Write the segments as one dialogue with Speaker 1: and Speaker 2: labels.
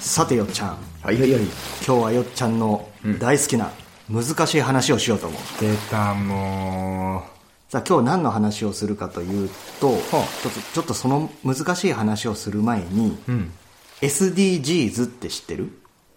Speaker 1: さてよっちゃん
Speaker 2: はいはいはい
Speaker 1: 今日はよっちゃんの大好きな難しい話をしようと思う、
Speaker 2: 出たも
Speaker 1: さあ今日何の話をするかというと、ちょっとちょっとその難しい話をする前に、
Speaker 2: ううん
Speaker 1: SDGs って知ってる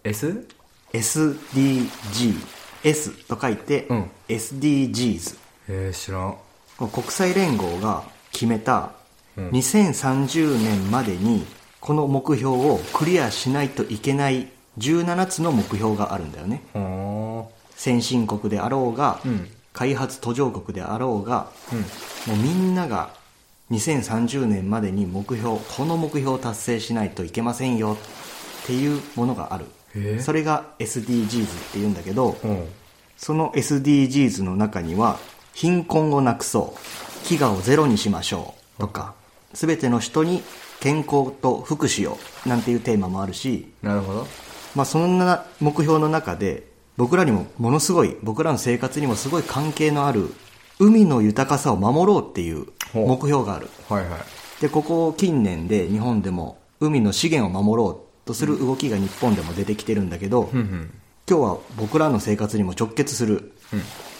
Speaker 2: S?
Speaker 1: ?SDGS と書いて、
Speaker 2: うん
Speaker 1: SDGs
Speaker 2: えー、知らん
Speaker 1: この国際連合が決めた2030年までにこの目標をクリアしないといけない17つの目標があるんだよね
Speaker 2: ほ
Speaker 1: 先進国であろうが、
Speaker 2: ん
Speaker 1: 開発途上国であろうが、
Speaker 2: うん
Speaker 1: もうみんなが2030年までに目標この目標を達成しないといけませんよっていうものがある、
Speaker 2: へえ
Speaker 1: それが SDGs っていうんだけど、
Speaker 2: ーうん
Speaker 1: その SDGs の中には貧困をなくそう飢餓をゼロにしましょうとか全ての人に健康と福祉をなんていうテーマもあるし
Speaker 2: なるほど
Speaker 1: まあ、そんな目標の中で僕らにもものすごい僕らの生活にもすごい関係のある海の豊かさを守ろうっていう
Speaker 2: ほう
Speaker 1: 目標がある
Speaker 2: はいはい
Speaker 1: でここ近年で日本でも海の資源を守ろうとする動きが日本でも出てきてるんだけど、
Speaker 2: うんうん
Speaker 1: 今日は僕らの生活にも直結する、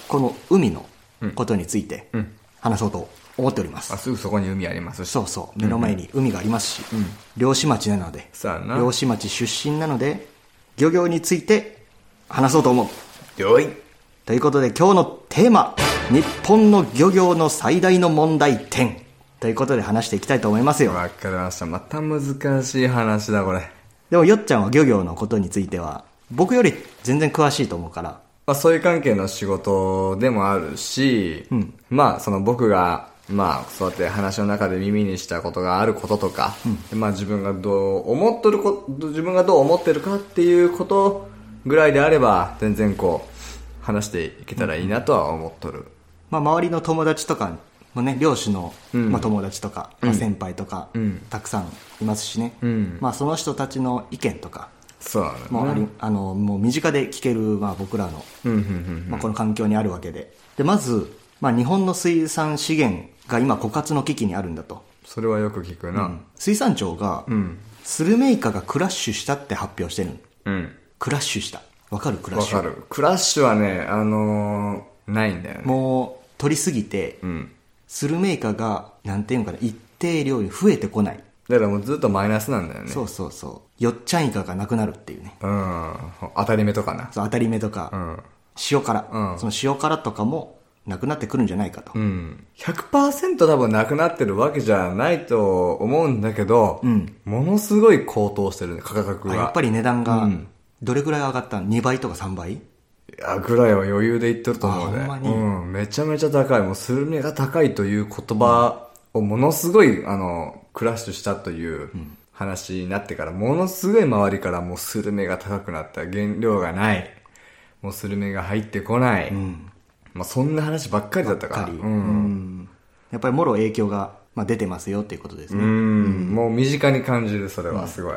Speaker 1: この海のことについて
Speaker 2: うん
Speaker 1: 話そうと思っております、
Speaker 2: あすぐそこに海ありますし
Speaker 1: そうそう目の前に海がありますし、
Speaker 2: ん
Speaker 1: 漁師町なので
Speaker 2: さあな
Speaker 1: 漁師町出身なので漁業について話そうと思う
Speaker 2: よい
Speaker 1: ということで今日のテーマ日本の漁業の最大の問題点ということで話していきたいと思いますよ、
Speaker 2: わかりましたまた難しい話だこれ
Speaker 1: でもよっちゃんは漁業のことについては僕より全然詳しいと思うから
Speaker 2: まあ、そういう関係の仕事でもあるし、まあその僕がまあそうやって話の中で耳にしたことがあることとか、まあ自分がどう思っとるこ自分がどう思ってるかっていうことぐらいであれば全然こう話していけたらいいなとは思っとる、
Speaker 1: まあ、周りの友達とかもね漁師の、まあ、友達とか、まあ、先輩とか、たくさんいますしね、
Speaker 2: ん
Speaker 1: まあ、その人たちの意見とか
Speaker 2: そうなのね
Speaker 1: もあり、あのもう身近で聞ける、まあ、僕らの、
Speaker 2: うんうんうん
Speaker 1: まあ、この環境にあるわけででまず、まあ、日本の水産資源が今枯渇の危機にあるんだと
Speaker 2: それはよく聞くな
Speaker 1: 水産庁が、スルメイカがクラッシュしたって発表してるの
Speaker 2: うん
Speaker 1: クラッシュしたわかるクラ
Speaker 2: わ、
Speaker 1: ッシ
Speaker 2: か
Speaker 1: ュ
Speaker 2: るクラッシュはねあのーないんだよね
Speaker 1: もう取りすぎて、
Speaker 2: うん
Speaker 1: スルメイカがなんていうのかな一定量に増えてこない
Speaker 2: だからもうずっとマイナスなんだよね
Speaker 1: そうそうそう。よっちゃんイカがなくなるっていうね。
Speaker 2: うん当たり目とかな
Speaker 1: そう当たり目とか、
Speaker 2: うん
Speaker 1: 塩辛、
Speaker 2: うん
Speaker 1: その塩辛とかもなくなってくるんじゃないかと。
Speaker 2: うん、100%多分なくなってるわけじゃないと思うんだけど、ものすごい高騰してるね、価格
Speaker 1: あ
Speaker 2: が。
Speaker 1: やっぱり値段が、どれくらい上がったの ?2 倍とか3倍
Speaker 2: いや、ぐらいは余裕で言ってると思うね。
Speaker 1: あほんまに
Speaker 2: うん、めちゃめちゃ高い。もう、スルメが高いという言葉をものすごい、あの、クラッシュしたという話になってから、ものすごい周りからもうスルメが高くなった。原料がない。もうスルメが入ってこない。まあ、そんな話ばっかりだったから。
Speaker 1: ばっかり
Speaker 2: うん
Speaker 1: うん。やっぱりもろ影響が、まあ、出てますよっていうことです
Speaker 2: う
Speaker 1: ね。
Speaker 2: ん、もう身近に感じる、それは、すごい。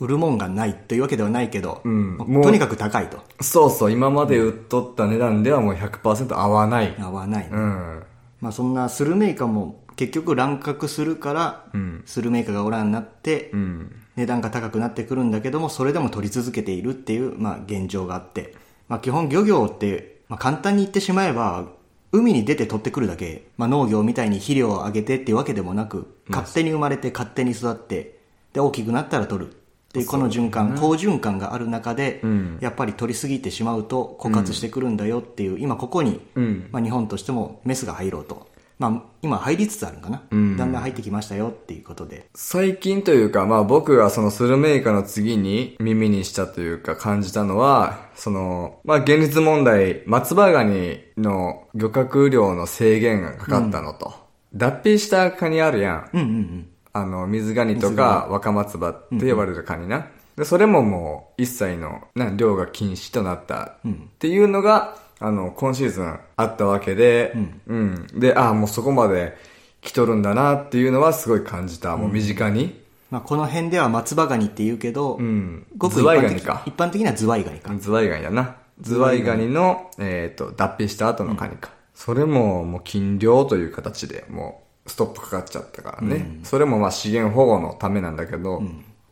Speaker 1: 売るもんがないというわけではないけど、
Speaker 2: ん
Speaker 1: まあ
Speaker 2: もう
Speaker 1: とにかく高いと。
Speaker 2: そうそう、今まで売っとった値段ではもう100%合わない。
Speaker 1: 合わない、
Speaker 2: うん。
Speaker 1: まあそんなスルメイカも結局乱獲するから、スルメイカがおらんなって、値段が高くなってくるんだけども、それでも取り続けているっていう、まあ現状があって。まあ基本漁業って、まあ簡単に言ってしまえば、海に出て取ってくるだけ、まあ農業みたいに肥料をあげてっていうわけでもなく、勝手に生まれて勝手に育って、で大きくなったら取る。っていうこの循環、好循環がある中で、やっぱり取りすぎてしまうと枯渇してくるんだよっていう、今ここに、まあ、日本としてもメスが入ろうと、まあ、今入りつつあるのかな、だんだん入ってきましたよっていうことで
Speaker 2: 最近というか、まあ僕がそのスルメイカの次に耳にしたというか感じたのは、その、まあ現実問題、松葉ガニの漁獲量の制限がかかったのと。脱皮したカニあるやん。
Speaker 1: うんうんうん
Speaker 2: あの、水ガニとか若松葉って呼ばれるカニな。で、それももう一切のな漁が禁止となったっていうのが、あの、今シーズンあったわけで、うん。で、ああ、もうそこまで来とるんだなっていうのはすごい感じた。もう身近に。
Speaker 1: まあ、この辺では松葉ガニって言うけど、
Speaker 2: ん
Speaker 1: ごく
Speaker 2: ズ
Speaker 1: 一
Speaker 2: ワイ
Speaker 1: 般
Speaker 2: ガニ
Speaker 1: 的
Speaker 2: か
Speaker 1: 一般的にはズワイガニか、
Speaker 2: ズワイガニだな。ズワイガニの、えっ、と、脱皮した後のカニか。それも、もう禁漁という形で、もう、ストップかかっちゃったからね。それもまあ資源保護のためなんだけど、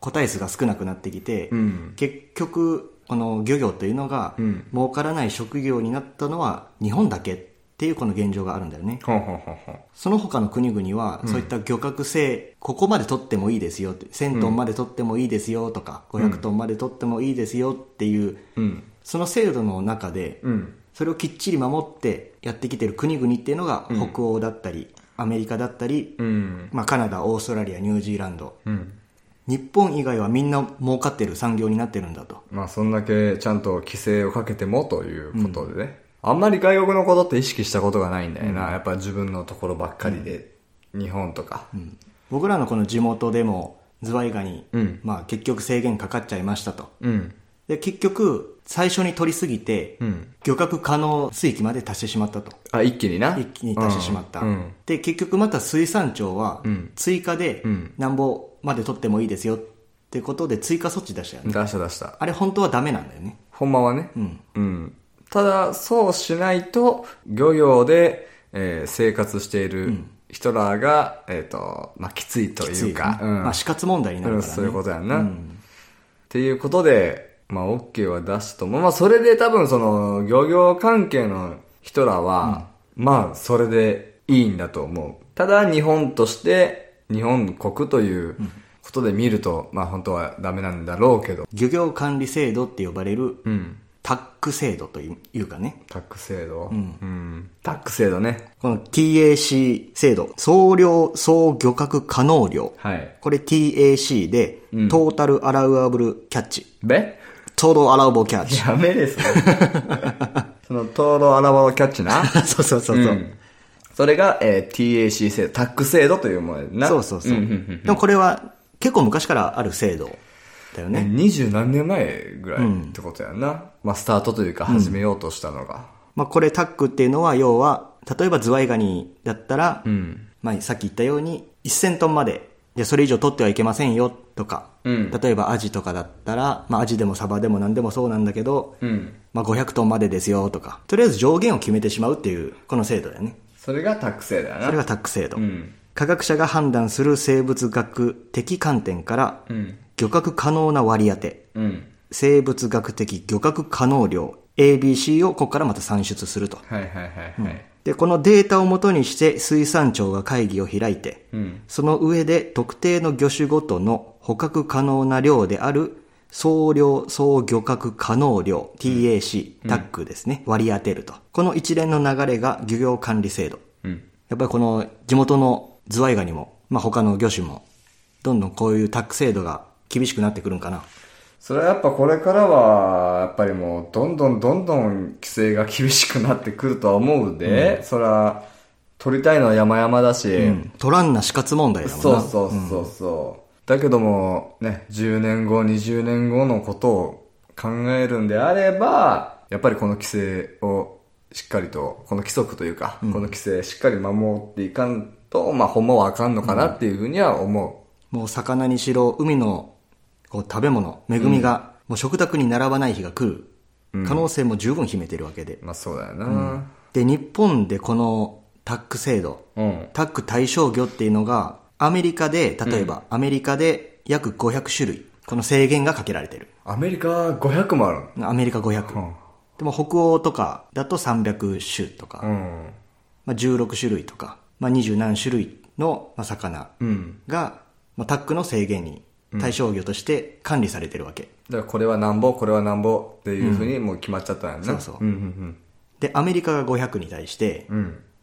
Speaker 1: 個体数が少なくなってきて、結局この漁業というのが、儲からない職業になったのは日本だけっていうこの現状があるんだよね、
Speaker 2: ほうほうほうほう。
Speaker 1: その他の国々は、そういった漁獲制、ここまで取ってもいいですよって、1000トンまで取ってもいいですよとか、500トンまで取ってもいいですよっていう、その制度の中で、それをきっちり守ってやってきてる国々っていうのが、北欧だったり、アメリカだったり、
Speaker 2: うん。
Speaker 1: まあ、カナダ、オーストラリア、ニュージーランド、
Speaker 2: うん。
Speaker 1: 日本以外はみんな儲かってる産業になってるんだと。
Speaker 2: まあ、そんだけちゃんと規制をかけてもということでね。あんまり外国のことって意識したことがないんだよな。やっぱ自分のところばっかりで、日本とか。
Speaker 1: 僕らのこの地元でも、ズワイガニ、
Speaker 2: ん
Speaker 1: まあ、結局制限かかっちゃいましたと。
Speaker 2: うん。
Speaker 1: で、結局、最初に取りすぎて、
Speaker 2: ん
Speaker 1: 漁獲可能水域まで達してしまったと。
Speaker 2: あ、一気にな。
Speaker 1: 一気に達してしまった。
Speaker 2: うんうん
Speaker 1: で、結局また水産庁は
Speaker 2: ん、
Speaker 1: 追加で
Speaker 2: ん、
Speaker 1: なんぼまで取ってもいいですよってことで追加措置出したよね。
Speaker 2: 出した出した。
Speaker 1: あれ本当はダメなんだよね。
Speaker 2: ほんまはね。うん。ただ、そうしないと、漁業で、えー生活している人らが、えっ、と、まあ、きついというか、うん。
Speaker 1: まあ死活問題にな
Speaker 2: う
Speaker 1: る
Speaker 2: ん
Speaker 1: からね。
Speaker 2: そういうことやんな。っていうことで、まあ、OK は出すと思う。まあ、それで多分、その、漁業関係の人らは、まあ、それでいいんだと思う。ただ、日本として、日本国ということで見ると、まあ、本当はダメなんだろうけど、
Speaker 1: 漁業管理制度って呼ばれる、タック制度といういうかね。
Speaker 2: タック制度。うんタック制度ね。
Speaker 1: この TAC 制度、総量総漁獲可能量。
Speaker 2: はい。
Speaker 1: これ TAC で、トータルアラウアブルキャッチ。
Speaker 2: べ
Speaker 1: トードアラウボキャッチ。
Speaker 2: やめ ですね。その、灯籠洗わキャッチな。
Speaker 1: そうそうそうそう。
Speaker 2: それが、えー TAC 制度、タック制度というものやな。
Speaker 1: そうそうそう。でもこれは結構昔からある制度だよね。
Speaker 2: 二十何年前ぐらいってことやんな。まあ、スタートというか始めようとしたのが。
Speaker 1: まあこれタックっていうのは要は、例えばズワイガニだったら、まあさっき言ったように1000トンまで、じゃそれ以上取ってはいけませんよとか、例えばアジとかだったら、まあアジでもサバでも何でもそうなんだけど、まあ500トンまでですよとか、とりあえず上限を決めてしまうっていう、この制度だよね。
Speaker 2: それがタック制度や
Speaker 1: それ
Speaker 2: な。
Speaker 1: がタック制度。
Speaker 2: ん
Speaker 1: 科学者が判断する生物学的観点から、漁獲可能な割り当て、
Speaker 2: うん。
Speaker 1: 生物学的漁獲可能量 ABC をここからまた算出すると。
Speaker 2: はいはいはいはい。
Speaker 1: で、このデータをもとにして水産庁が会議を開いて、その上で特定の魚種ごとの捕獲可能な量である総量総漁獲可能量 TAC、タックですね、割り当てると。この一連の流れが漁業管理制度。やっぱりこの地元のズワイガニも、まあ、他の魚種も、どんどんこういうタック制度が厳しくなってくるんかな。
Speaker 2: それはやっぱこれからは、やっぱりもう、どんどんどんどん規制が厳しくなってくるとは思うで、それは、取りたいのは山々だし、
Speaker 1: 取らんな死活問題だもんな。
Speaker 2: そうそうそうそう。だけども、ね、10年後、20年後のことを考えるんであれば、やっぱりこの規制をしっかりと、この規則というか、この規制しっかり守っていかんと、まあ、ほんまはあかんのかなっていうふうには思
Speaker 1: もう魚にしろ、海のこう食べ物、恵みが、もう食卓に並ばない日が来る可能性も十分秘めてるわけで
Speaker 2: う。。まあ、そうだよな。
Speaker 1: で、日本でこのタック制度、
Speaker 2: うん。
Speaker 1: タック対象魚っていうのが、アメリカで、例えば、アメリカで約500種類、この制限がかけられてる。
Speaker 2: アメリカ500もある
Speaker 1: アメリカ500。でも北欧とかだと300種とか、
Speaker 2: うん。
Speaker 1: まあ、16種類とか、まあ、20何種類のまあ魚が、まあ、タックの制限に対象魚として管理されてるわけ、
Speaker 2: だからこれはなんぼ、これはなんぼっていうふうにもう決まっちゃったんやな。
Speaker 1: そうそう
Speaker 2: うんうんうん。
Speaker 1: でアメリカが500に対して、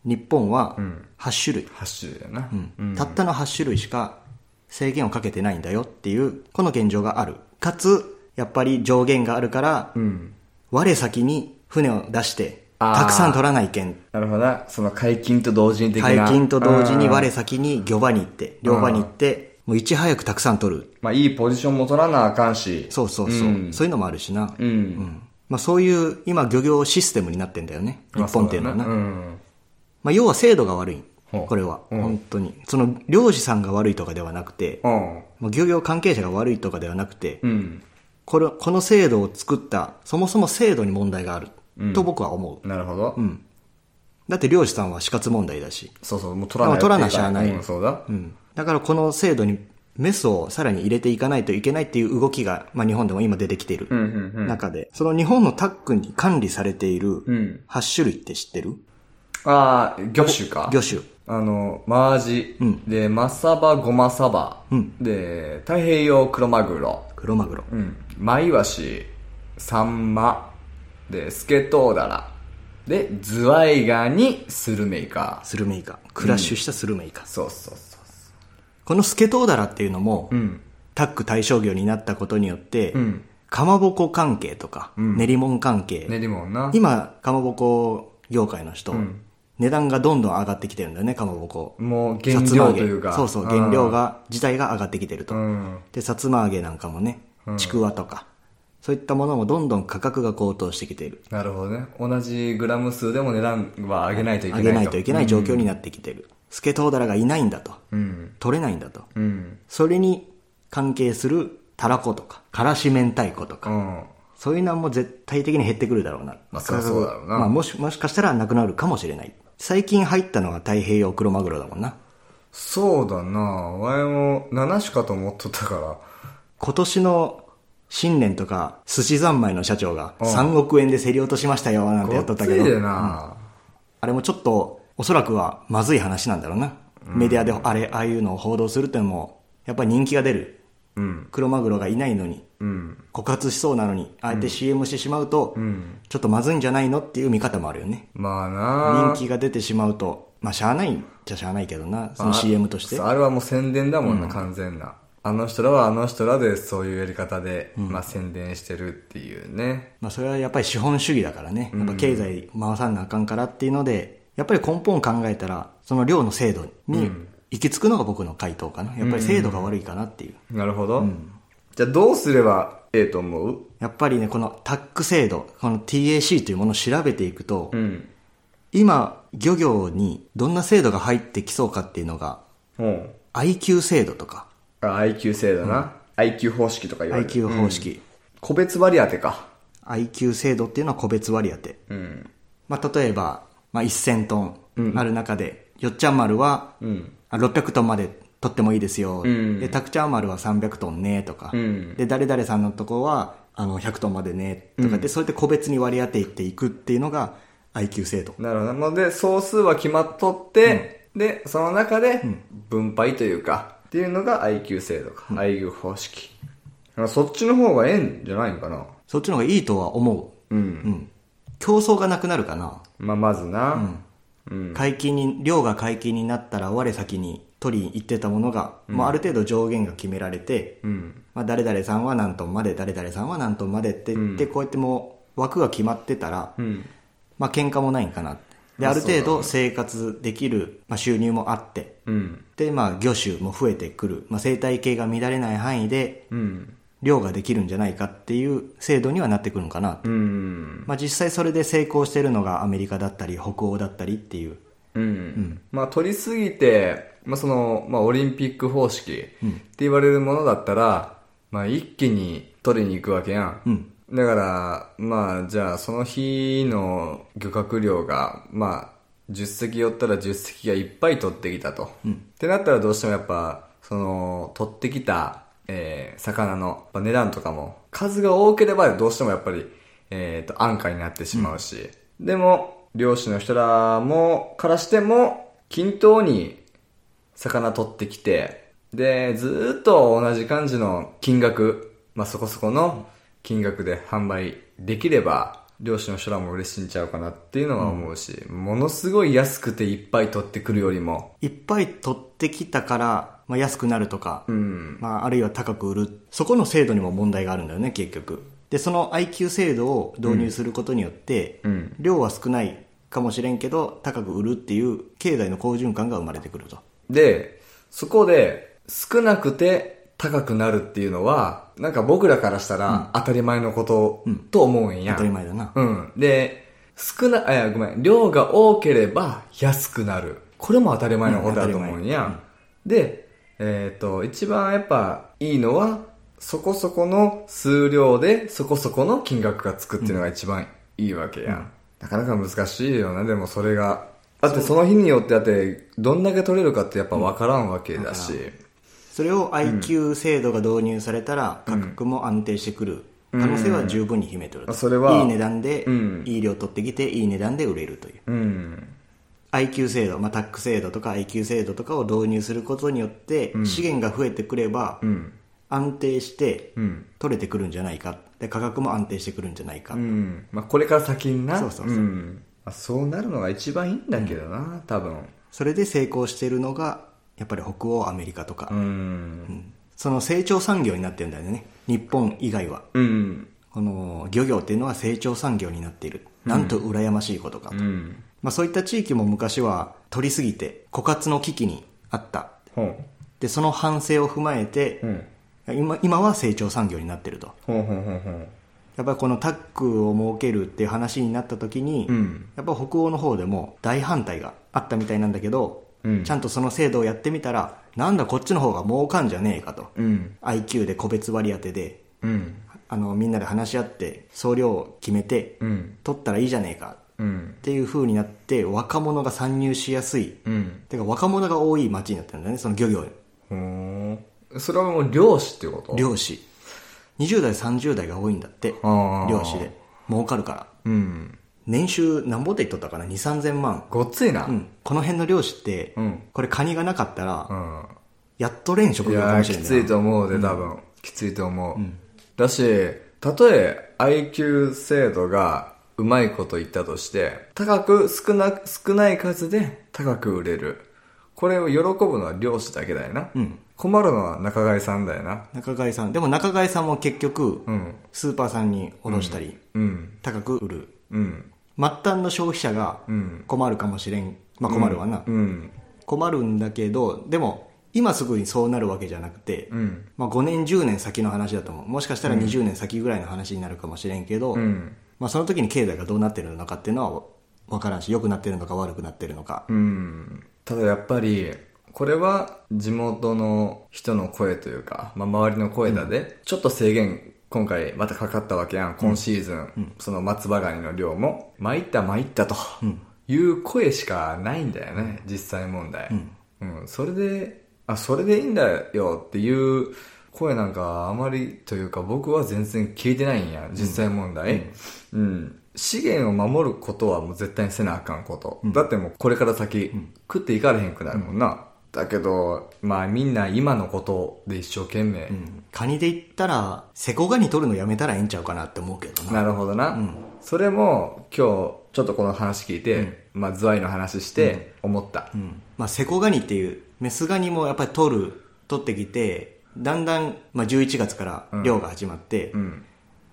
Speaker 1: 日本は8種類、
Speaker 2: 8種類やな。
Speaker 1: たったの8種類しか制限をかけてないんだよっていうこの現状があるかつやっぱり上限があるから、我先に船を出して
Speaker 2: あー
Speaker 1: たくさん取らないけん
Speaker 2: なるほどな。その解禁と同時に的な。
Speaker 1: 解禁と同時に
Speaker 2: うん
Speaker 1: 我先に漁場に行って漁場に行ってもういち早くたくさん取る
Speaker 2: まあ、いいポジションも取らなあかんし。
Speaker 1: そうそうそう、そういうのもあるしな、うんまあ、そういう今漁業システムになってんだよね日
Speaker 2: まあ
Speaker 1: 本っていうのはな、
Speaker 2: そだうん。
Speaker 1: まあ、要は制度が悪い
Speaker 2: ほう
Speaker 1: これは、本当にその漁師さんが悪いとかではなくて、
Speaker 2: うん。
Speaker 1: まあ漁業関係者が悪いとかではなくて、
Speaker 2: うん。
Speaker 1: これこの制度を作ったそもそも制度に問題があると僕は思う、
Speaker 2: なるほど。うん。
Speaker 1: だって漁師さんは死活問題だし、
Speaker 2: そうそう、もう取らな
Speaker 1: まあ
Speaker 2: い。
Speaker 1: 取らなしゃあない
Speaker 2: うん、そうだ。
Speaker 1: うん、だからこの制度にメスをさらに入れていかないといけないっていう動きが、まあ、日本でも今出てきている
Speaker 2: うんうんうん。
Speaker 1: 中で、その日本のタックに管理されている
Speaker 2: うん。
Speaker 1: 8種類って知ってる
Speaker 2: ああ、魚種か。
Speaker 1: 魚種。
Speaker 2: あの、マージ、
Speaker 1: うん
Speaker 2: で、マサバ、ゴマサバ、
Speaker 1: うん
Speaker 2: で、太平洋クロマグロ、
Speaker 1: クロマグロ。
Speaker 2: うん、マイワシ、サンマ、で、スケトウダラ、で、ズワイガニ、スルメイカ。
Speaker 1: スルメイカ。クラッシュしたスルメイカ。
Speaker 2: そうそうそうそ
Speaker 1: このスケトウダラっていうのも、
Speaker 2: う。うん。
Speaker 1: タック対象魚になったことによって、
Speaker 2: ん
Speaker 1: かまぼこ関係とか、練り物関係、
Speaker 2: 練り物な。
Speaker 1: 今、かまぼこ業界の人、値段がどんどん上がってきてるんだよね、かまぼこ。
Speaker 2: もう原料というか。
Speaker 1: そうそう、
Speaker 2: ん
Speaker 1: 原料。が、自体が上がってきてると。
Speaker 2: うん。
Speaker 1: で、さつま揚げなんかもね、ちくわとか、そういったものもどんどん価格が高騰してきている。
Speaker 2: なるほどね。同じグラム数でも値段は上げないといけな
Speaker 1: 上
Speaker 2: いと。
Speaker 1: げないといけない状況になってきている。スケトウダラがいないんだと。
Speaker 2: うん。
Speaker 1: 取れないんだと。
Speaker 2: うん。
Speaker 1: それに関係するたらことか、からし明太子と
Speaker 2: う
Speaker 1: か、
Speaker 2: ん。
Speaker 1: そういうのはもう絶対的に減ってくるだろうな。
Speaker 2: まあそりゃそうだろうな
Speaker 1: まあもし、もしかしたらなくなるかもしれない。最近入ったのが太平洋クロマグロだもんな。
Speaker 2: そうだなお前も7種かと思っとったから。
Speaker 1: 今年の新年とか、寿司三昧の社長が3億円で競り落としましたよ、なんてやっとったけ
Speaker 2: ごつい
Speaker 1: ど
Speaker 2: で、な、
Speaker 1: あれもちょっと、おそらくはまずい話なんだろうな。メディアであれ、ああいうのを報道するってのも、やっぱり人気が出る。
Speaker 2: うん。
Speaker 1: クロマグロがいないのに、
Speaker 2: うん。
Speaker 1: 枯渇しそうなのに、あえて CM してしまうと、ちょっとまずいんじゃないのっていう見方もあるよね。
Speaker 2: まあな
Speaker 1: 人気が出てしまうと、まあ、しゃあないんじゃしゃあないけどな、その CM として
Speaker 2: そう。あれはもう宣伝だもんな、完全な。あの人らはあの人らでそういうやり方で、まあ宣伝してるっていうね。
Speaker 1: まあ、それはやっぱり資本主義だからね、やっぱ経済回さなあかんからっていうので、やっぱり根本考えたら、その量の制度に行き着くのが僕の回答かな。やっぱり制度が悪いかなっていう。
Speaker 2: なるほど。じゃあどうすればええと思う
Speaker 1: やっぱりね、このタック制度、この TAC というものを調べていくと、
Speaker 2: うん。
Speaker 1: 今、漁業にどんな制度が入ってきそうかっていうのが、
Speaker 2: うん。
Speaker 1: IQ 制度とか、
Speaker 2: あ IQ 制度な。IQ 方式とか言われてる。
Speaker 1: IQ 方式、
Speaker 2: 個別割り当てか。
Speaker 1: IQ 制度っていうのは個別割り当て。
Speaker 2: うん。
Speaker 1: まあ、例えば、まあ、1000トンある中で、よっちゃん丸は、あ600トンまで取ってもいいですよ、でたくちゃん丸は300トンねとか、
Speaker 2: ん
Speaker 1: で誰々さんのとこはあの100トンまでねとかで、そうやって個別に割り当ていっていくっていうのが IQ 制度、
Speaker 2: なるほど。なので、総数は決まっとって、で、その中で、分配というか、っていうのが IQ 制度か。IQ 方式。あそっちの方がええんじゃないんかな。
Speaker 1: そっちの方がいいとは思う、うん競争がなくなるかな、
Speaker 2: まあ、まずな。うん。
Speaker 1: 解禁に量が解禁になったら我先に取りに行ってたものが、まあ、ある程度上限が決められて、
Speaker 2: うん。
Speaker 1: まあ、誰々さんは何トンまで誰々さんは何トンまでって言って、こうやってもう枠が決まってたら、
Speaker 2: うん。
Speaker 1: まあ喧嘩もないんかなってである程度生活できる、まあ、収入もあって
Speaker 2: うん。
Speaker 1: でまあ魚種も増えてくる、まあ、生態系が乱れない範囲で
Speaker 2: うん。
Speaker 1: 漁ができるんじゃないかっていう制度にはなってくるのかな、
Speaker 2: うん。
Speaker 1: まあ、実際それで成功してるのがアメリカだったり北欧だったりっていう
Speaker 2: うん。まあ、取りすぎて、まあ、その、まあ、オリンピック方式って言われるものだったら、まあ、一気に取りに行くわけやん。だから、まあ、じゃあ、その日の漁獲量が、まあ、10隻寄ったら10隻がいっぱい取ってきたと。ってなったらどうしてもやっぱ、その、取ってきた、えー魚のまあ値段とかも、数が多ければどうしてもやっぱり、えっ、と、安価になってしまうし、でも、漁師の人らも、からしても、均等に魚取ってきて、で、ずーっと同じ感じの金額、まあ、そこそこの金額で販売できれば、漁師の人らも嬉しいんちゃうかなっていうのは思うし、ものすごい安くていっぱい取ってくるよりも、
Speaker 1: いっぱい取ってきたから、まあ、安くなるとか、
Speaker 2: ん
Speaker 1: まあ、あるいは高く売るそこの制度にも問題があるんだよね結局でその IQ 制度を導入することによって、
Speaker 2: ん
Speaker 1: 量は少ないかもしれんけど高く売るっていう経済の好循環が生まれてくると
Speaker 2: で、そこで少なくて高くなるっていうのは、なんか僕らからしたら当たり前のことと思うんや。
Speaker 1: 当たり前だな、
Speaker 2: うん。で、少な、あいや、ごめん、量が多ければ安くなる。これも当たり前のことだと思うんや。で、えっ、と、一番やっぱいいのは、そこそこの数量でそこそこの金額がつくっていうのが一番いいわけや。なかなか難しいよな、でもそれが。だってその日によってだって、どんだけ取れるかってやっぱ分からんわけだし。
Speaker 1: それを IQ 制度が導入されたら価格も安定してくる可能性は十分に秘めてると、
Speaker 2: あそれはい
Speaker 1: い値段で、
Speaker 2: うん
Speaker 1: いい量取ってきていい値段で売れるという
Speaker 2: うん。
Speaker 1: IQ 制度、まあ、タック制度とか IQ 制度とかを導入することによって資源が増えてくれば
Speaker 2: ん
Speaker 1: 安定して
Speaker 2: うん。
Speaker 1: 取れてくるんじゃないかで価格も安定してくるんじゃないか、
Speaker 2: うん。まあ、これから先にな。
Speaker 1: そうそうそうん
Speaker 2: まあそうなるのが一番いいんだけどな、多分。
Speaker 1: それで成功しているのがやっぱり北欧アメリカとか、
Speaker 2: うん。
Speaker 1: その成長産業になってるんだよね日本以外は
Speaker 2: うん。
Speaker 1: この漁業っていうのは成長産業になっているなんと羨ましいことかと、
Speaker 2: うん。
Speaker 1: まあ、そういった地域も昔は取りすぎて枯渇の危機にあった
Speaker 2: ほう。
Speaker 1: でその反省を踏まえて、
Speaker 2: うん。
Speaker 1: 今今は成長産業になってると
Speaker 2: ほうほうほうほう。
Speaker 1: やっぱりこのタックを設けるっていう話になった時に、
Speaker 2: うん
Speaker 1: やっぱ北欧の方でも大反対があったみたいなんだけど、
Speaker 2: うん
Speaker 1: ちゃんとその制度をやってみたらなんだこっちの方が儲かんじゃねえかと、
Speaker 2: うん。
Speaker 1: IQ で個別割り当てで
Speaker 2: うん。
Speaker 1: あのみんなで話し合って総量を決めて、
Speaker 2: うん。
Speaker 1: 取ったらいいじゃねえか
Speaker 2: うん
Speaker 1: っ。ていう風になって若者が参入しやすい
Speaker 2: うん。
Speaker 1: てか若者が多い町になったんだよねその漁業
Speaker 2: ほう。それはもう漁師ってこと
Speaker 1: 漁師20代30代が多いんだって
Speaker 2: あー
Speaker 1: 漁師で儲かるから
Speaker 2: うん。
Speaker 1: 年収なんぼって言っとったかな2 3千万、
Speaker 2: ごっついな。う
Speaker 1: うん。この辺の漁師って、
Speaker 2: うん
Speaker 1: これカニがなかったら、
Speaker 2: うん。
Speaker 1: やっとれん職
Speaker 2: い
Speaker 1: 業か
Speaker 2: や
Speaker 1: も
Speaker 2: ー、
Speaker 1: しれ
Speaker 2: き
Speaker 1: ない
Speaker 2: ついと思うで、多分。きついと思う。だし、たとえ IQ 制度がうまいこと言ったとして、高く、少な、少ない数で高く売れる。これを喜ぶのは漁師だけだよな。困るのは仲買さんだよな。
Speaker 1: 中貝さんでも中貝さんも結局、
Speaker 2: うん。
Speaker 1: スーパーさんに卸したり、
Speaker 2: うん。
Speaker 1: 高く売る
Speaker 2: うん。
Speaker 1: 末端の消費者が
Speaker 2: うん
Speaker 1: 困るかもしれん、まあ困るわな、
Speaker 2: うん。
Speaker 1: 困るんだけどでも今すぐにそうなるわけじゃなくて、
Speaker 2: うん。
Speaker 1: まあ、5年10年先の話だと思うもしかしたら20年先ぐらいの話になるかもしれんけど、
Speaker 2: うん。
Speaker 1: まあ、その時に経済がどうなってるのかっていうのは分からんし良くなってるのか悪くなってるのか、
Speaker 2: うん。ただやっぱり、これは地元の人の声というか、まあ、周りの声だで、ちょっと制限、今回またかかったわけやん。今シーズン、その松葉ガニの量も、参った参ったと、いう声しかないんだよね、実際問題。うん。それで、あ、それでいいんだよっていう声なんかあまりというか僕は全然聞いてないんや、実際問題。うん。資源を守ることはもう絶対にせなあかんこと。だってもうこれから先、食っていかれへんくなるもんな。だけど、まあみんな今のことで一生懸命。
Speaker 1: カニで言ったらセコガニ取るのやめたらええんちゃうかなって思うけどな
Speaker 2: なるほどな、それも今日ちょっとこの話聞いて、まあズワイの話して思った。
Speaker 1: うんまあ、セコガニっていうメスガニもやっぱり取る取ってきてだんだん、まあ、11月から漁が始まって、
Speaker 2: うん。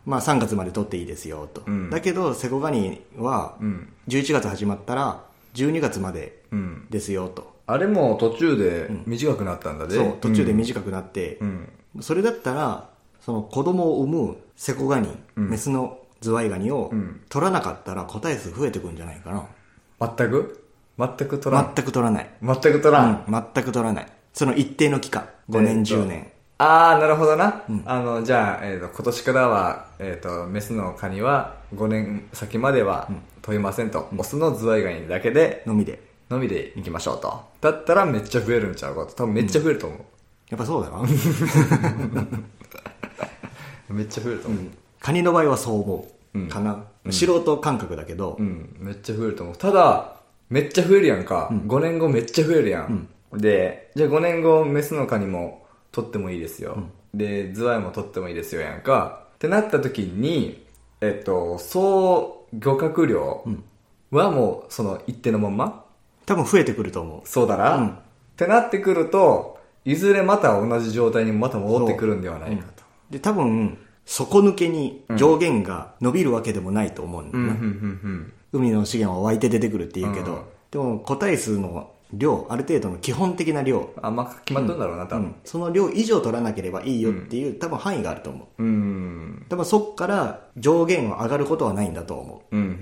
Speaker 1: まあ、3月まで取っていいですよと、
Speaker 2: うん
Speaker 1: だけどセコガニは
Speaker 2: うん。
Speaker 1: 11月始まったら12月まで
Speaker 2: うん。
Speaker 1: ですよと、
Speaker 2: あれも途中で短くなったんだで。
Speaker 1: そう途中で短くなって、
Speaker 2: うん。
Speaker 1: それだったらその子供を産むセコガニ、メスのズワイガニを
Speaker 2: ん
Speaker 1: 取らなかったら個体数増えてくんじゃないかな、
Speaker 2: 全く全く取らん。
Speaker 1: 全く取らない、
Speaker 2: 全く取らん。
Speaker 1: うん全く取らないその一定の期間5
Speaker 2: え
Speaker 1: 年
Speaker 2: っと
Speaker 1: 10年
Speaker 2: あー、なるほどな。あの、じゃあ、えっ、と、今年からは、えっ、と、メスのカニは5年先までは問いませんと。オスのズワイガニだけで、
Speaker 1: のみで
Speaker 2: のみでいきましょうと。だったらめっちゃ増えるんちゃうかと。多分めっちゃ増えると思う。
Speaker 1: やっぱそうだな
Speaker 2: めっちゃ増えると思う。
Speaker 1: カニの場合はそう思うかな、素人感覚だけど、
Speaker 2: うん、めっちゃ増えると思う。ただ、めっちゃ増えるやんか。5年後めっちゃ増えるやん。で、じゃあ5年後メスのカニも取ってもいいですよ。で、ズワイも取ってもいいですよやんか。ってなった時に、えっと、総漁獲量はもうその一定のまんま
Speaker 1: 多分増えてくると思う
Speaker 2: そうだな、
Speaker 1: うん
Speaker 2: ってなってくると、いずれまた同じ状態にまた戻ってくるんではないかと。
Speaker 1: で多分底抜けに上限が伸びるわけでもないと思うんだよ
Speaker 2: うん、
Speaker 1: な
Speaker 2: うん、うん、
Speaker 1: 海の資源は湧いて出てくるって言うけど、
Speaker 2: うん
Speaker 1: でも個体数の量ある程度の基本的な量、
Speaker 2: うん。あんま決まっとるんだろうな、多
Speaker 1: う
Speaker 2: 分。
Speaker 1: んその量以上取らなければいいよっていう、多分範囲があると思う
Speaker 2: うん、
Speaker 1: 多分そっから上限は上がることはないんだと思う
Speaker 2: うん、うん、うん、う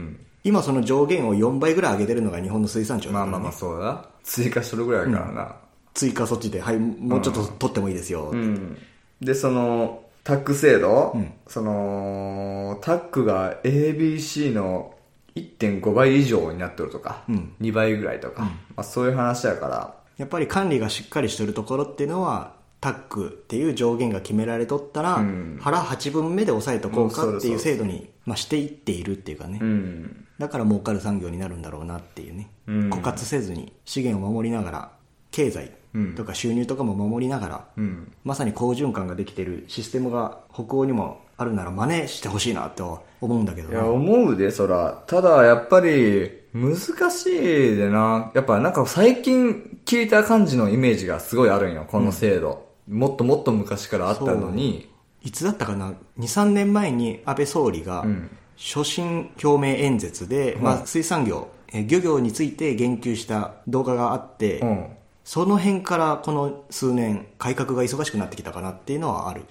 Speaker 2: ん。
Speaker 1: 今その上限を4倍ぐらい上げてるのが日本の水産庁だ
Speaker 2: ま
Speaker 1: から、
Speaker 2: あ
Speaker 1: ね
Speaker 2: まあまあそうだな追加しとるぐらいやからな
Speaker 1: 追加措置ではいもうちょっと取ってもいいですよ、
Speaker 2: うん、でそのタック制度、そのタックが ABC の1.5倍以上になっとるとか、2倍ぐらいとか、まあ、そういう話やから
Speaker 1: いやっぱり管理がしっかりしてるところっていうのはタックっていう上限が決められとったら、
Speaker 2: ん
Speaker 1: 腹8分目で抑えとこう
Speaker 2: うんそう
Speaker 1: か
Speaker 2: で
Speaker 1: っ
Speaker 2: す
Speaker 1: ていう
Speaker 2: そう
Speaker 1: 制度に、まあ、していっているっていうかね、
Speaker 2: うん。
Speaker 1: だから儲かる産業になるんだろうなっていうね、
Speaker 2: うん
Speaker 1: 枯渇せずに資源を守りながら経済とか収入とかも守りながら、
Speaker 2: うん。
Speaker 1: まさに好循環ができてるシステムが北欧にもあるなら真似してほしいなと思うんだけど
Speaker 2: い
Speaker 1: な
Speaker 2: や、思うで、そら。ただ、やっぱり、難しいでな。やっぱ、なんか最近聞いた感じのイメージがすごいあるんよ、この制度。もっともっと昔からあったのに。
Speaker 1: いつだったかな23年前に安倍総理が
Speaker 2: ん
Speaker 1: 所信表明演説で、まあ、水産業えー漁業について言及した動画があって、
Speaker 2: うん。
Speaker 1: その辺からこの数年改革が忙しくなってきたかなっていうのはある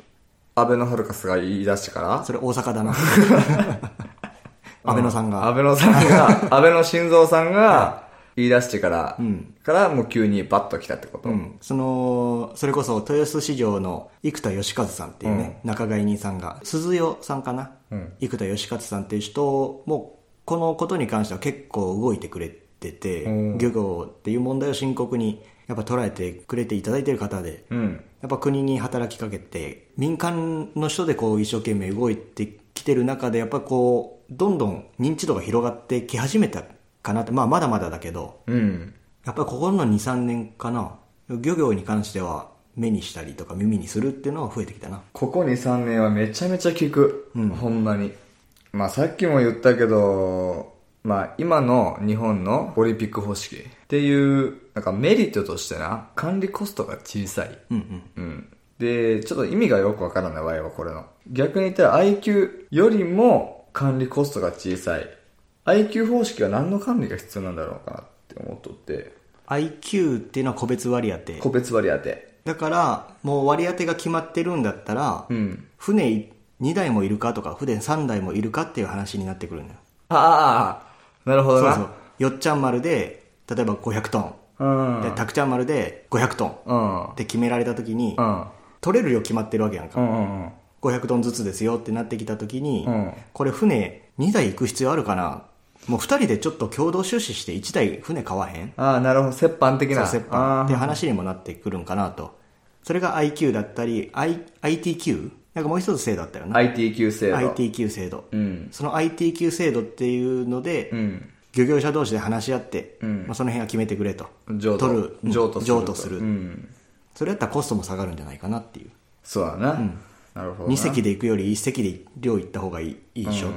Speaker 2: 安倍のハルカスが言い出してから
Speaker 1: それ大阪だ な安倍野さんが
Speaker 2: 安倍のさん が、安倍の晋三さんが言い出してから、
Speaker 1: ん
Speaker 2: からもう急にバッと来たってこと。
Speaker 1: うん、そのそれこそ豊洲市場の生田義和さんっていうね、仲買人さんが鈴代さんかな、
Speaker 2: うん
Speaker 1: 生田義和さんっていう人もこのことに関しては結構動いてくれてて、
Speaker 2: うん
Speaker 1: 漁業っていう問題を深刻にやっぱ捉えてくれていただいてる方で、
Speaker 2: うん。
Speaker 1: やっぱ国に働きかけて民間の人でこう一生懸命動いてきてる中でやっぱこうどんどん認知度が広がってき始めたかなって、まあ、まだまだだけど
Speaker 2: うん。
Speaker 1: やっぱりここの23年かな漁業に関しては目にしたりとか耳にするっていうのは増えてきたな
Speaker 2: ここ2、3年はめちゃめちゃ聞く。ほんまに。まあさっきも言ったけど、まあ今の日本のオリンピック方式っていう、なんかメリットとしてな、管理コストが小さい。
Speaker 1: うんうん
Speaker 2: うん。で、ちょっと意味がよくわからない場合はこれの。逆に言ったら IQ よりも管理コストが小さい。IQ 方式は何の管理が必要なんだろうかなって思っとって、
Speaker 1: IQ っていうのは個別割り当て
Speaker 2: 個別割り当て。
Speaker 1: だからもう割り当てが決まってるんだったら、
Speaker 2: うん。
Speaker 1: 船2台もいるかとか船3台もいるかっていう話になってくるのよ
Speaker 2: ああ、なるほ
Speaker 1: そ
Speaker 2: どな。
Speaker 1: うそうよっちゃん丸で例えば500トン、
Speaker 2: うん。
Speaker 1: でたくちゃん丸で500トン
Speaker 2: うん。
Speaker 1: って決められた時に、
Speaker 2: うん。
Speaker 1: 取れる量決まってるわけやんか、
Speaker 2: うんうんうん。
Speaker 1: 500トンずつですよってなってきた時に、
Speaker 2: うん
Speaker 1: これ船2台行く必要あるかなもう2人でちょっと共同出資して1台船買わへん
Speaker 2: ああ、なるほど。折半的
Speaker 1: そう
Speaker 2: な。
Speaker 1: 折半って話にもなってくるんかなとそれが IQ だったり、I、ITQ なんかもう一つ制度あったよ
Speaker 2: あ
Speaker 1: ね
Speaker 2: ー ITQ 制度。
Speaker 1: ITQ 制度、
Speaker 2: うん。
Speaker 1: その ITQ 制度っていうので、
Speaker 2: うん。
Speaker 1: 漁業者同士で話し合って、
Speaker 2: うん
Speaker 1: まあ、その辺は決めてくれと
Speaker 2: 譲渡。
Speaker 1: 取るうん
Speaker 2: 譲渡する。
Speaker 1: 譲渡する、
Speaker 2: うん。
Speaker 1: それやったらコストも下がるんじゃないかなっていう
Speaker 2: そうだな。なるほどな。
Speaker 1: 2隻で行くより1隻で量行った方がいいいいでしょ、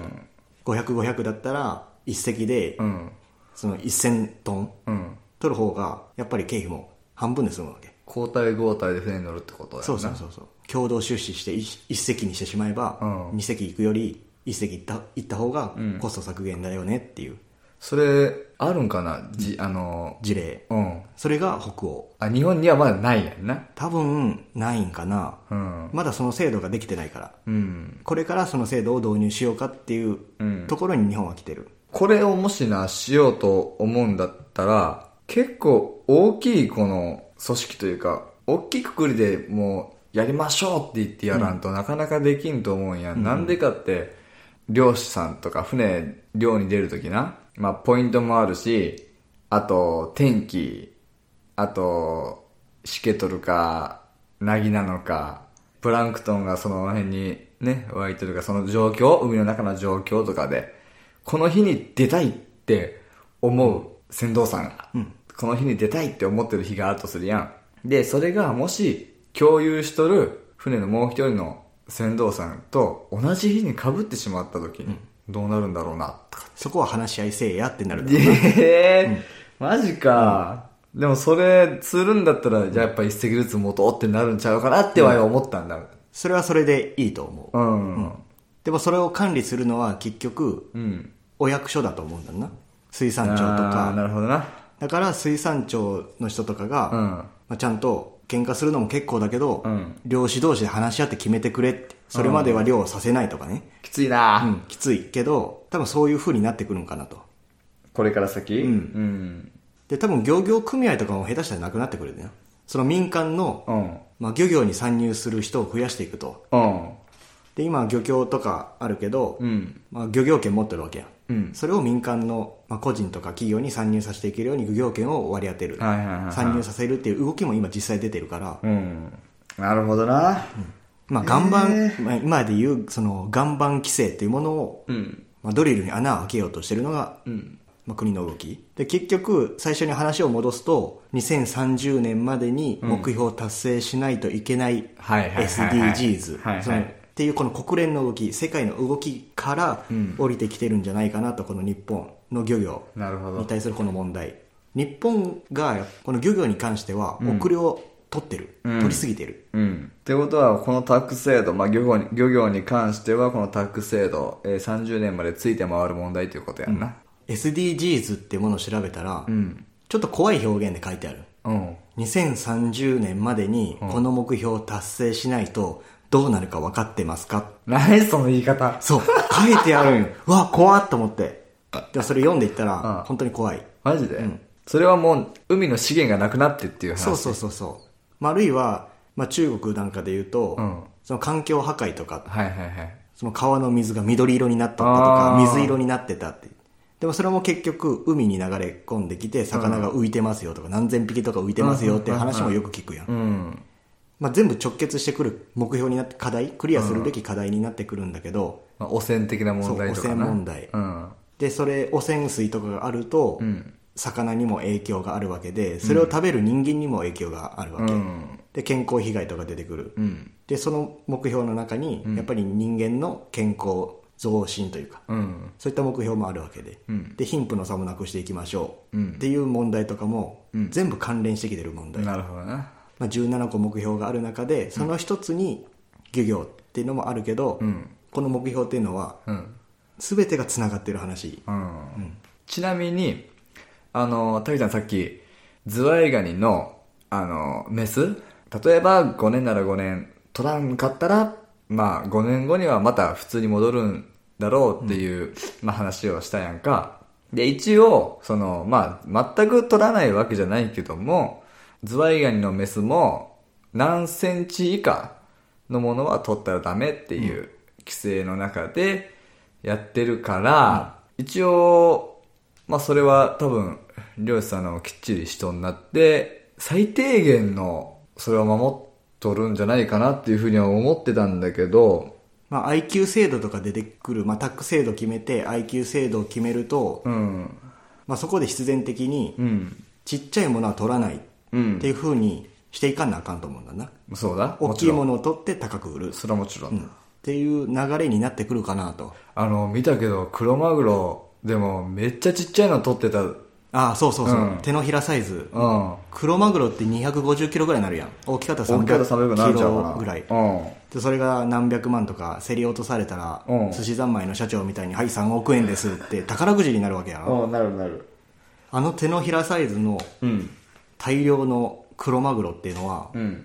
Speaker 1: 500500だったら1隻で、
Speaker 2: うん。
Speaker 1: その1000トン
Speaker 2: うん。
Speaker 1: 取る方がやっぱり経費も半分で済むわけ
Speaker 2: 交代交代で船に乗るってことだよな。
Speaker 1: そうそうそうそう共同出資して 1, 隻にしてしまえば、
Speaker 2: うん
Speaker 1: 2隻行くより1隻行った行った方がコスト削減だよねっていう
Speaker 2: それ、あるんかなじ、あの、
Speaker 1: 事例、
Speaker 2: うん。
Speaker 1: それが北欧
Speaker 2: あ、日本にはまだないやんな。
Speaker 1: 多分ないんかな、
Speaker 2: うん。
Speaker 1: まだその制度ができてないから
Speaker 2: うん。
Speaker 1: これからその制度を導入しようかっていう
Speaker 2: うん
Speaker 1: ところに日本は来てる、
Speaker 2: これをもしな、しようと思うんだったら、結構大きいこの組織というか、大きいくくりでもうやりましょうって言ってやらんとなかなかできんと思うんや。なんでかって、漁師さんとか船、漁に出るときな、まあポイントもあるし、あと天気、あと、シケ取るか、ナギなのか、プランクトンがその辺にね、湧いてるか、その状況、海の中の状況とかで、この日に出たいって思う船頭さんが、この日に出たいって思ってる日があるとするやん。で、それがもし共有しとる船のもう一人の船頭さんと同じ日に被ってしまった時に、どうなるんだろうな、とか
Speaker 1: そこは話し合いせえやってなる
Speaker 2: ええマジか、でもそれするんだったらじゃあやっぱ一石ずつ持とうってなるんちゃうかなっては思ったんだ
Speaker 1: それはそれでいいと思う
Speaker 2: うんうん
Speaker 1: でもそれを管理するのは結局
Speaker 2: うん
Speaker 1: お役所だと思うんだな水産庁と
Speaker 2: あー
Speaker 1: か
Speaker 2: なるほどな
Speaker 1: だから水産庁の人とかが、
Speaker 2: うん
Speaker 1: まあ、ちゃんと喧嘩するのも結構だけど、
Speaker 2: うん
Speaker 1: 漁師同士で話し合って決めてくれってそれまでは漁をさせないとかね、
Speaker 2: きついな、
Speaker 1: うん、きついけど多分そういう風になってくるんかなと
Speaker 2: これから先うん
Speaker 1: で多分漁業組合とかも下手したらなくなってくるんだよその民間の、
Speaker 2: うん
Speaker 1: まあ、漁業に参入する人を増やしていくと
Speaker 2: うん
Speaker 1: で今漁協とかあるけど、
Speaker 2: うん。
Speaker 1: まあ、漁業権持ってるわけや、
Speaker 2: うん
Speaker 1: それを民間の、まあ、個人とか企業に参入させていけるように漁業権を割り当てる、
Speaker 2: はいはいはいはい
Speaker 1: 参入させるっていう動きも今実際出てるから、
Speaker 2: うん。なるほどな。
Speaker 1: まあ、岩盤、
Speaker 2: へ
Speaker 1: まあ今で言うその岩盤規制っていうものを、
Speaker 2: うん。
Speaker 1: まあ、ドリルに穴を開けようとしてるのが、
Speaker 2: うん。
Speaker 1: まあ、国の動きで結局最初に話を戻すと2030年までに目標を達成しないといけない
Speaker 2: はいはいはいはい
Speaker 1: SDGs
Speaker 2: はいはい
Speaker 1: そのっていうこの国連の動き世界の動きから降りてきてるんじゃないかなとこの日本の漁業
Speaker 2: なるほ
Speaker 1: に
Speaker 2: ど。
Speaker 1: 対するこの問題日本がこの漁業に関しては遅れを取ってる、取りすぎてる
Speaker 2: うん。ってことは、このタック制度、まあ、漁業に、漁業に関しては、このタック制度、えー、30年までついて回る問題ということやんな。
Speaker 1: SDGs ってものを調べたら、
Speaker 2: ん
Speaker 1: ちょっと怖い表現で書いてある
Speaker 2: うん。
Speaker 1: 2030年までにこの目標を達成しないとどうなるか分かってますか
Speaker 2: 何その言い方。
Speaker 1: そう、書いてあるんよ。 うわ、怖っと思って。でもそれ読んでいった
Speaker 2: うん
Speaker 1: ら、本当に怖い。
Speaker 2: マジで、それはもう、海の資源がなくなってっていう話。
Speaker 1: そうそうそうそう。まあ、あるいは、まあ、中国なんかで言うと、
Speaker 2: うん
Speaker 1: その環境破壊とか、
Speaker 2: はいはいはい。
Speaker 1: その川の水が緑色になっとったとか
Speaker 2: あ、ー
Speaker 1: 水色になってたって。でもそれも結局、海に流れ込んできて、魚が浮いてますよとか、何千匹とか浮いてますよっていう話もよく聞くやん。
Speaker 2: うん。
Speaker 1: まあ、全部直結してくる目標になって課題クリアするべき課題になってくるんだけど、
Speaker 2: まあ、汚染的な問題とか
Speaker 1: そう汚
Speaker 2: な。
Speaker 1: 染問題
Speaker 2: うん。
Speaker 1: でそれ汚染水とかがあると、
Speaker 2: ん
Speaker 1: 魚にも影響があるわけでそれを食べる人間にも影響があるわけ、
Speaker 2: うん
Speaker 1: で健康被害とか出てくる、
Speaker 2: うん。
Speaker 1: でその目標の中に、やっぱり人間の健康増進というか、
Speaker 2: うん。
Speaker 1: そういった目標もあるわけで、
Speaker 2: うん
Speaker 1: で貧富の差もなくしていきましょう、
Speaker 2: うん
Speaker 1: っていう問題とかも、全部関連してきてる問題
Speaker 2: なるほどな。
Speaker 1: まあ、17個目標がある中でその一つに漁業っていうのもあるけど、
Speaker 2: ん
Speaker 1: この目標っていうのは
Speaker 2: うん。
Speaker 1: 全てがつながってる話
Speaker 2: うん。ちなみに、あの、たけちゃんさっき、ズワイガニの、あの、メス例えば5年なら5年、取らんかったら、まあ5年後にはまた普通に戻るんだろうっていう、まあ話をしたやんか。で、一応、その、まあ全く取らないわけじゃないけども、ズワイガニのメスも何センチ以下のものは取ったらダメっていう規制の中でやってるから、一応、まあそれは多分、漁師さんのきっちり人になって、最低限のそれを守っとるんじゃないかなっていうふうには思ってたんだけど、
Speaker 1: まあ、IQ 制度とか出てくる、まあ、タック制度決めて IQ 制度を決めると、
Speaker 2: うん、
Speaker 1: まあ、そこで必然的に
Speaker 2: うん、
Speaker 1: ちっちゃいものは取らないっ
Speaker 2: うん
Speaker 1: ていうふうにしていかなあかんと思うんだな、
Speaker 2: そうだ。
Speaker 1: 大きいも
Speaker 2: の。
Speaker 1: のを取って高く売る、
Speaker 2: それはもちろん。
Speaker 1: うんっていう流れになってくるかなと
Speaker 2: あの、見たけど、クロマグロ、でもめっちゃちっちゃいの取ってた。うん。
Speaker 1: ああそうそうそう、
Speaker 2: うん
Speaker 1: 手のひらサイズ
Speaker 2: 大
Speaker 1: クロマグロって250キロぐらいになるやん大きかったら
Speaker 2: きいと300
Speaker 1: 300
Speaker 2: にな
Speaker 1: キ
Speaker 2: るんちゃう
Speaker 1: ロ
Speaker 2: かな。
Speaker 1: ぐらい
Speaker 2: うん。
Speaker 1: でそれが何百万とか競り落とされたら、
Speaker 2: うん
Speaker 1: 寿司三昧の社長みたいに「はい3億円です」って宝くじになるわけやろ
Speaker 2: うん、なるなる。
Speaker 1: あの手のひらサイズの
Speaker 2: うん。
Speaker 1: 大量のクロマグロっていうのは、
Speaker 2: うん。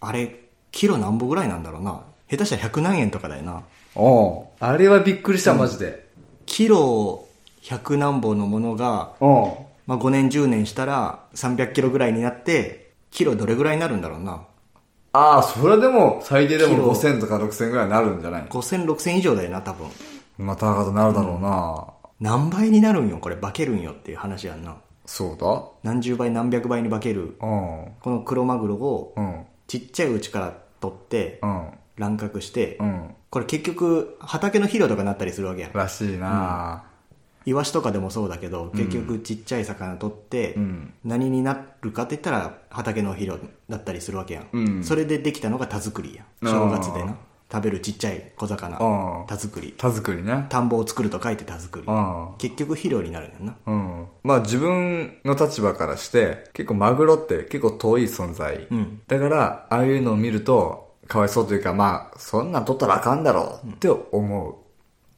Speaker 1: あれキロ何本ぐらいなんだろうな下手したら100何円とかだよな
Speaker 2: おうあれはびっくりした、マジで。
Speaker 1: キロ100何本のものが、
Speaker 2: おう
Speaker 1: まあ、5年10年したら300キロぐらいになってキロどれぐらいになるんだろうな
Speaker 2: ああ、それでも、最低で
Speaker 1: キロ
Speaker 2: も5000とか6000ぐらいになるんじゃない
Speaker 1: 50006000以上だよな多分
Speaker 2: まあ、高くなるだろうな、
Speaker 1: 何倍になるんよこれ化けるんよっていう話やんな
Speaker 2: そうだ
Speaker 1: 何十倍何百倍に化ける
Speaker 2: うん。
Speaker 1: このクロマグロを
Speaker 2: うん。
Speaker 1: ちっちゃいうちから取って
Speaker 2: うん。
Speaker 1: 乱獲して
Speaker 2: うん。
Speaker 1: これ結局畑の肥料とかになったりするわけやん
Speaker 2: らしいな
Speaker 1: イワシとかでもそうだけど結局ちっちゃい魚取って
Speaker 2: うん
Speaker 1: 何になるかって言ったら畑の肥料だったりするわけやん、
Speaker 2: うん
Speaker 1: それでできたのが田作りやん
Speaker 2: あー
Speaker 1: 正月でな食べるちっちゃい小魚
Speaker 2: あー
Speaker 1: 田作り
Speaker 2: 田作りね。
Speaker 1: 田んぼを作ると書いて田作り
Speaker 2: うん。
Speaker 1: 結局肥料になるんだよな
Speaker 2: うん。まあ自分の立場からして、結構マグロって結構遠い存在。
Speaker 1: ん
Speaker 2: だから、ああいうのを見ると、かわいそうというか、まあ、そんなん取ったらあかんだろうって思う。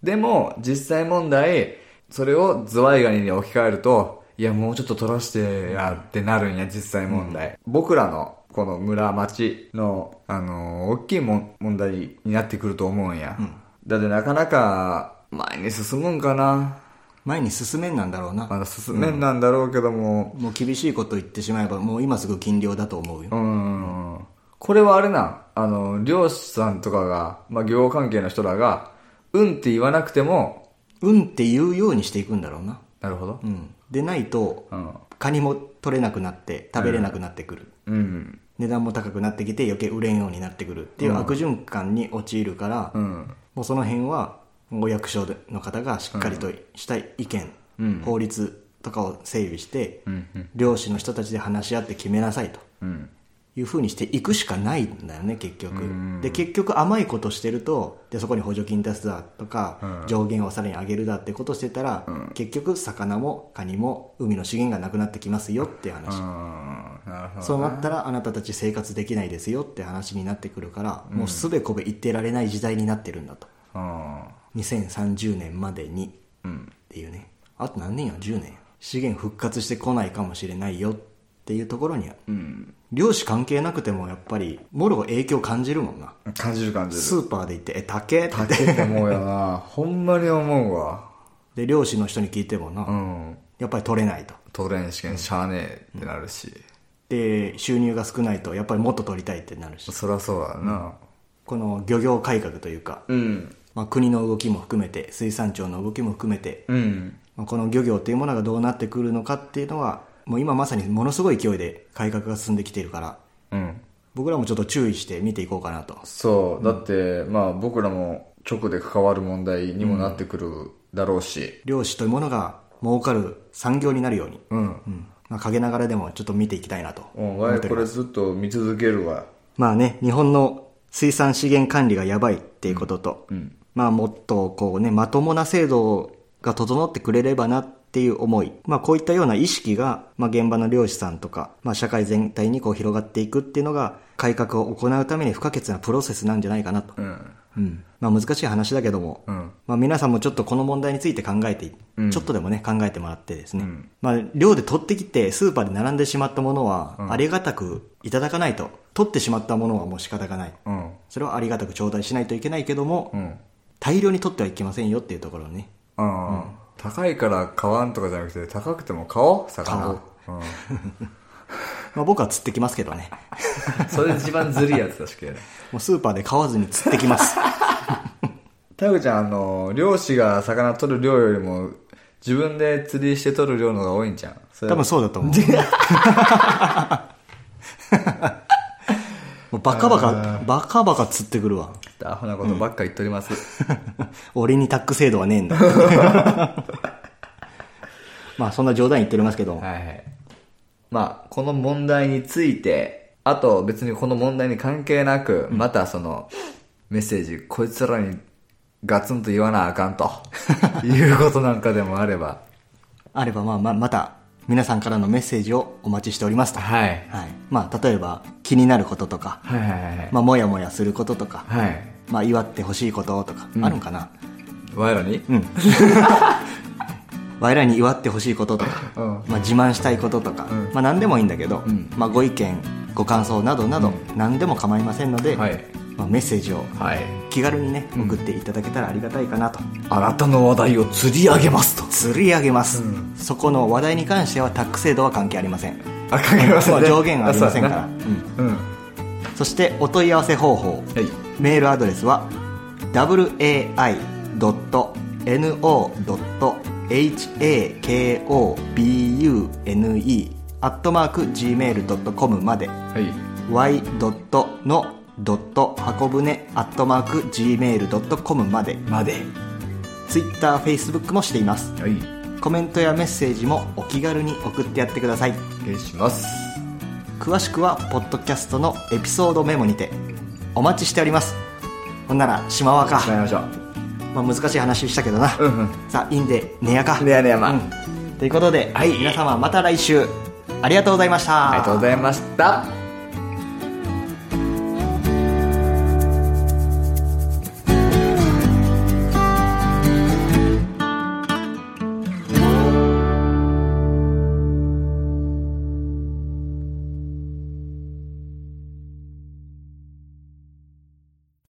Speaker 2: でも、実際問題、それをズワイガニに置き換えると、いや、もうちょっと取らしてやってなるんや、実際問題。僕らの、この村、町の、あのー大きいもん問題になってくると思うんや。だってなかなか、前に進むんかな。
Speaker 1: 前に進めんなんだろうな、
Speaker 2: まだ進めんなんだろうけども、
Speaker 1: もう厳しいこと言ってしまえばもう今すぐ禁漁だと思うよ、
Speaker 2: うん、これはあれなん、あの、漁師さんとかが、まあ、漁業関係の人らが、うんって言わなくても、
Speaker 1: うんって言うようにしていくんだろうな。
Speaker 2: なるほど
Speaker 1: う。ん。でないと、
Speaker 2: うん。
Speaker 1: カニも取れなくなって、食べれなくなってくる。
Speaker 2: うん。
Speaker 1: 値段も高くなってきて余計売れんようになってくるっていう悪循環に陥るから、
Speaker 2: うん。
Speaker 1: もうその辺はお役所の方がしっかりとした意見、法律とかを整備して、漁師の人たちで話し合って決めなさいと
Speaker 2: うん。
Speaker 1: いうふうにしていくしかないんだよね結局、で結局甘いことしてるとでそこに補助金出すだとか、上限をさらに上げるだってことしてたら、結局魚もカニも海の資源がなくなってきますよっていう話、
Speaker 2: あーなるほど。
Speaker 1: そうなったらあなたたち生活できないですよって話になってくるから、もうすべこべ言ってられない時代になってるんだと
Speaker 2: あ
Speaker 1: 2030年までにっていうねあと何年や10年や資源復活してこないかもしれないよっていうところには、漁師関係なくてもやっぱりもろ影響感じるもんな
Speaker 2: ー感じる感じる。
Speaker 1: スーパーで行って「え竹?」って
Speaker 2: 高いって思うよ な。ほんまに思うわ。
Speaker 1: で漁師の人に聞いてもな、
Speaker 2: うん。
Speaker 1: やっぱり取れないと
Speaker 2: 東電試験しゃあねえってなるし。
Speaker 1: で収入が少ないとやっぱりもっと取りたいってなるし
Speaker 2: そりゃそうだな。
Speaker 1: この漁業改革というか
Speaker 2: うん。
Speaker 1: まあ、国の動きも含めて水産庁の動きも含めて、
Speaker 2: うん。
Speaker 1: まあ、この漁業というものがどうなってくるのかっていうのはもう今まさにものすごい勢いで改革が進んできているから
Speaker 2: うん。
Speaker 1: 僕らもちょっと注意して見ていこうかなと
Speaker 2: そう。だって、まあ僕らも直で関わる問題にもなってくるだろうし。
Speaker 1: 漁師というものが儲かる産業になるように、
Speaker 2: うん。
Speaker 1: うんまあ、陰ながらでもちょっと見ていきたいなと
Speaker 2: うん、わいこれずっと見続けるわ。
Speaker 1: まあね日本の水産資源管理がやばいっていうことと、
Speaker 2: うん。
Speaker 1: まあ、もっとこうねまともな制度が整ってくれればなっていう思い、まあ、こういったような意識が、まあ、現場の漁師さんとか、まあ、社会全体にこう広がっていくっていうのが改革を行うために不可欠なプロセスなんじゃないかなと、
Speaker 2: うん。
Speaker 1: うんまあ、難しい話だけども、
Speaker 2: うん。
Speaker 1: まあ、皆さんもちょっとこの問題について考えて、
Speaker 2: うん
Speaker 1: ちょっとでもね考えてもらってですね、
Speaker 2: うん
Speaker 1: まあ、漁で取ってきてスーパーで並んでしまったものはありがたくいただかないと取ってしまったものはもう仕方がない
Speaker 2: うん。
Speaker 1: それはありがたく頂戴しないといけないけども、
Speaker 2: うん。
Speaker 1: 大量に取ってはいけませんよっていうところをね
Speaker 2: ああ。高いから買わんとかじゃなくて、高くても買おう、魚。う
Speaker 1: まあ、僕は釣ってきますけどね
Speaker 2: ん。 それ一番ずるいやつだしけ。
Speaker 1: もうスーパーで買わずに釣ってきます
Speaker 2: タグちゃん、あの、漁師が魚取る量よりも、自分で釣りして取る量の方が多いんじゃん。それ
Speaker 1: 多分そうだと思 うもうバカバカバカバカ釣ってくるわ
Speaker 2: アホなことばっか言っとります。
Speaker 1: 俺にタック制度はねえ んだまあそんな冗談言っておりますけど、
Speaker 2: はいはい。まあ、この問題について、あと別にこの問題に関係なく、またその、メッセージ、こいつらにガツンと言わなあかんと、 いうことなんかでもあれば。
Speaker 1: あればまあまあまた皆さんからのメッセージをお待ちしておりますと、はい
Speaker 2: はい。
Speaker 1: まあ、例えば気になることとか、
Speaker 2: はいはいはいはい。
Speaker 1: まあ、もやもやすることとか、
Speaker 2: はい。
Speaker 1: まあ、祝ってほしいこととかあるんかな、
Speaker 2: 我らにうん。
Speaker 1: 我らに祝ってほしいこととか、
Speaker 2: うん
Speaker 1: まあ、自慢したいこととか、まあ、何でもいいんだけど、
Speaker 2: ん
Speaker 1: まあ、ご意見ご感想などなど、何でも構いませんので、
Speaker 2: はい
Speaker 1: まあ、メッセージを
Speaker 2: はい。
Speaker 1: 気軽にね送っていただけたらありがたいかなと、
Speaker 2: あなたの話題を釣り上げますと。
Speaker 1: 釣り上げます、
Speaker 2: うん
Speaker 1: そこの話題に関してはタック制度は関係ありま せん
Speaker 2: あ、関係ませんね。
Speaker 1: 上限はありませんから
Speaker 2: あそううだなうん。は
Speaker 1: んそしてお問い合わせ方法
Speaker 2: い。
Speaker 1: メールアドレスは wai.no.hakobune アットマーク gmail.com まで
Speaker 2: はい。
Speaker 1: y. のドット箱舟アットマーク gmail.com まで
Speaker 2: まで。
Speaker 1: Twitter、Facebook もしています
Speaker 2: はい。
Speaker 1: コメントやメッセージもお気軽に送ってやってください
Speaker 2: お願いします。
Speaker 1: 詳しくはポッドキャストのエピソードメモにてお待ちしておりますほんなら島わか
Speaker 2: 帰りましょう。
Speaker 1: まあ、難しい話したけどな、
Speaker 2: うんうん
Speaker 1: さあいいんで寝やか
Speaker 2: ねやねやま。
Speaker 1: うんということで、
Speaker 2: はい
Speaker 1: 皆様また来週ありがとうございました
Speaker 2: ありがとうございました。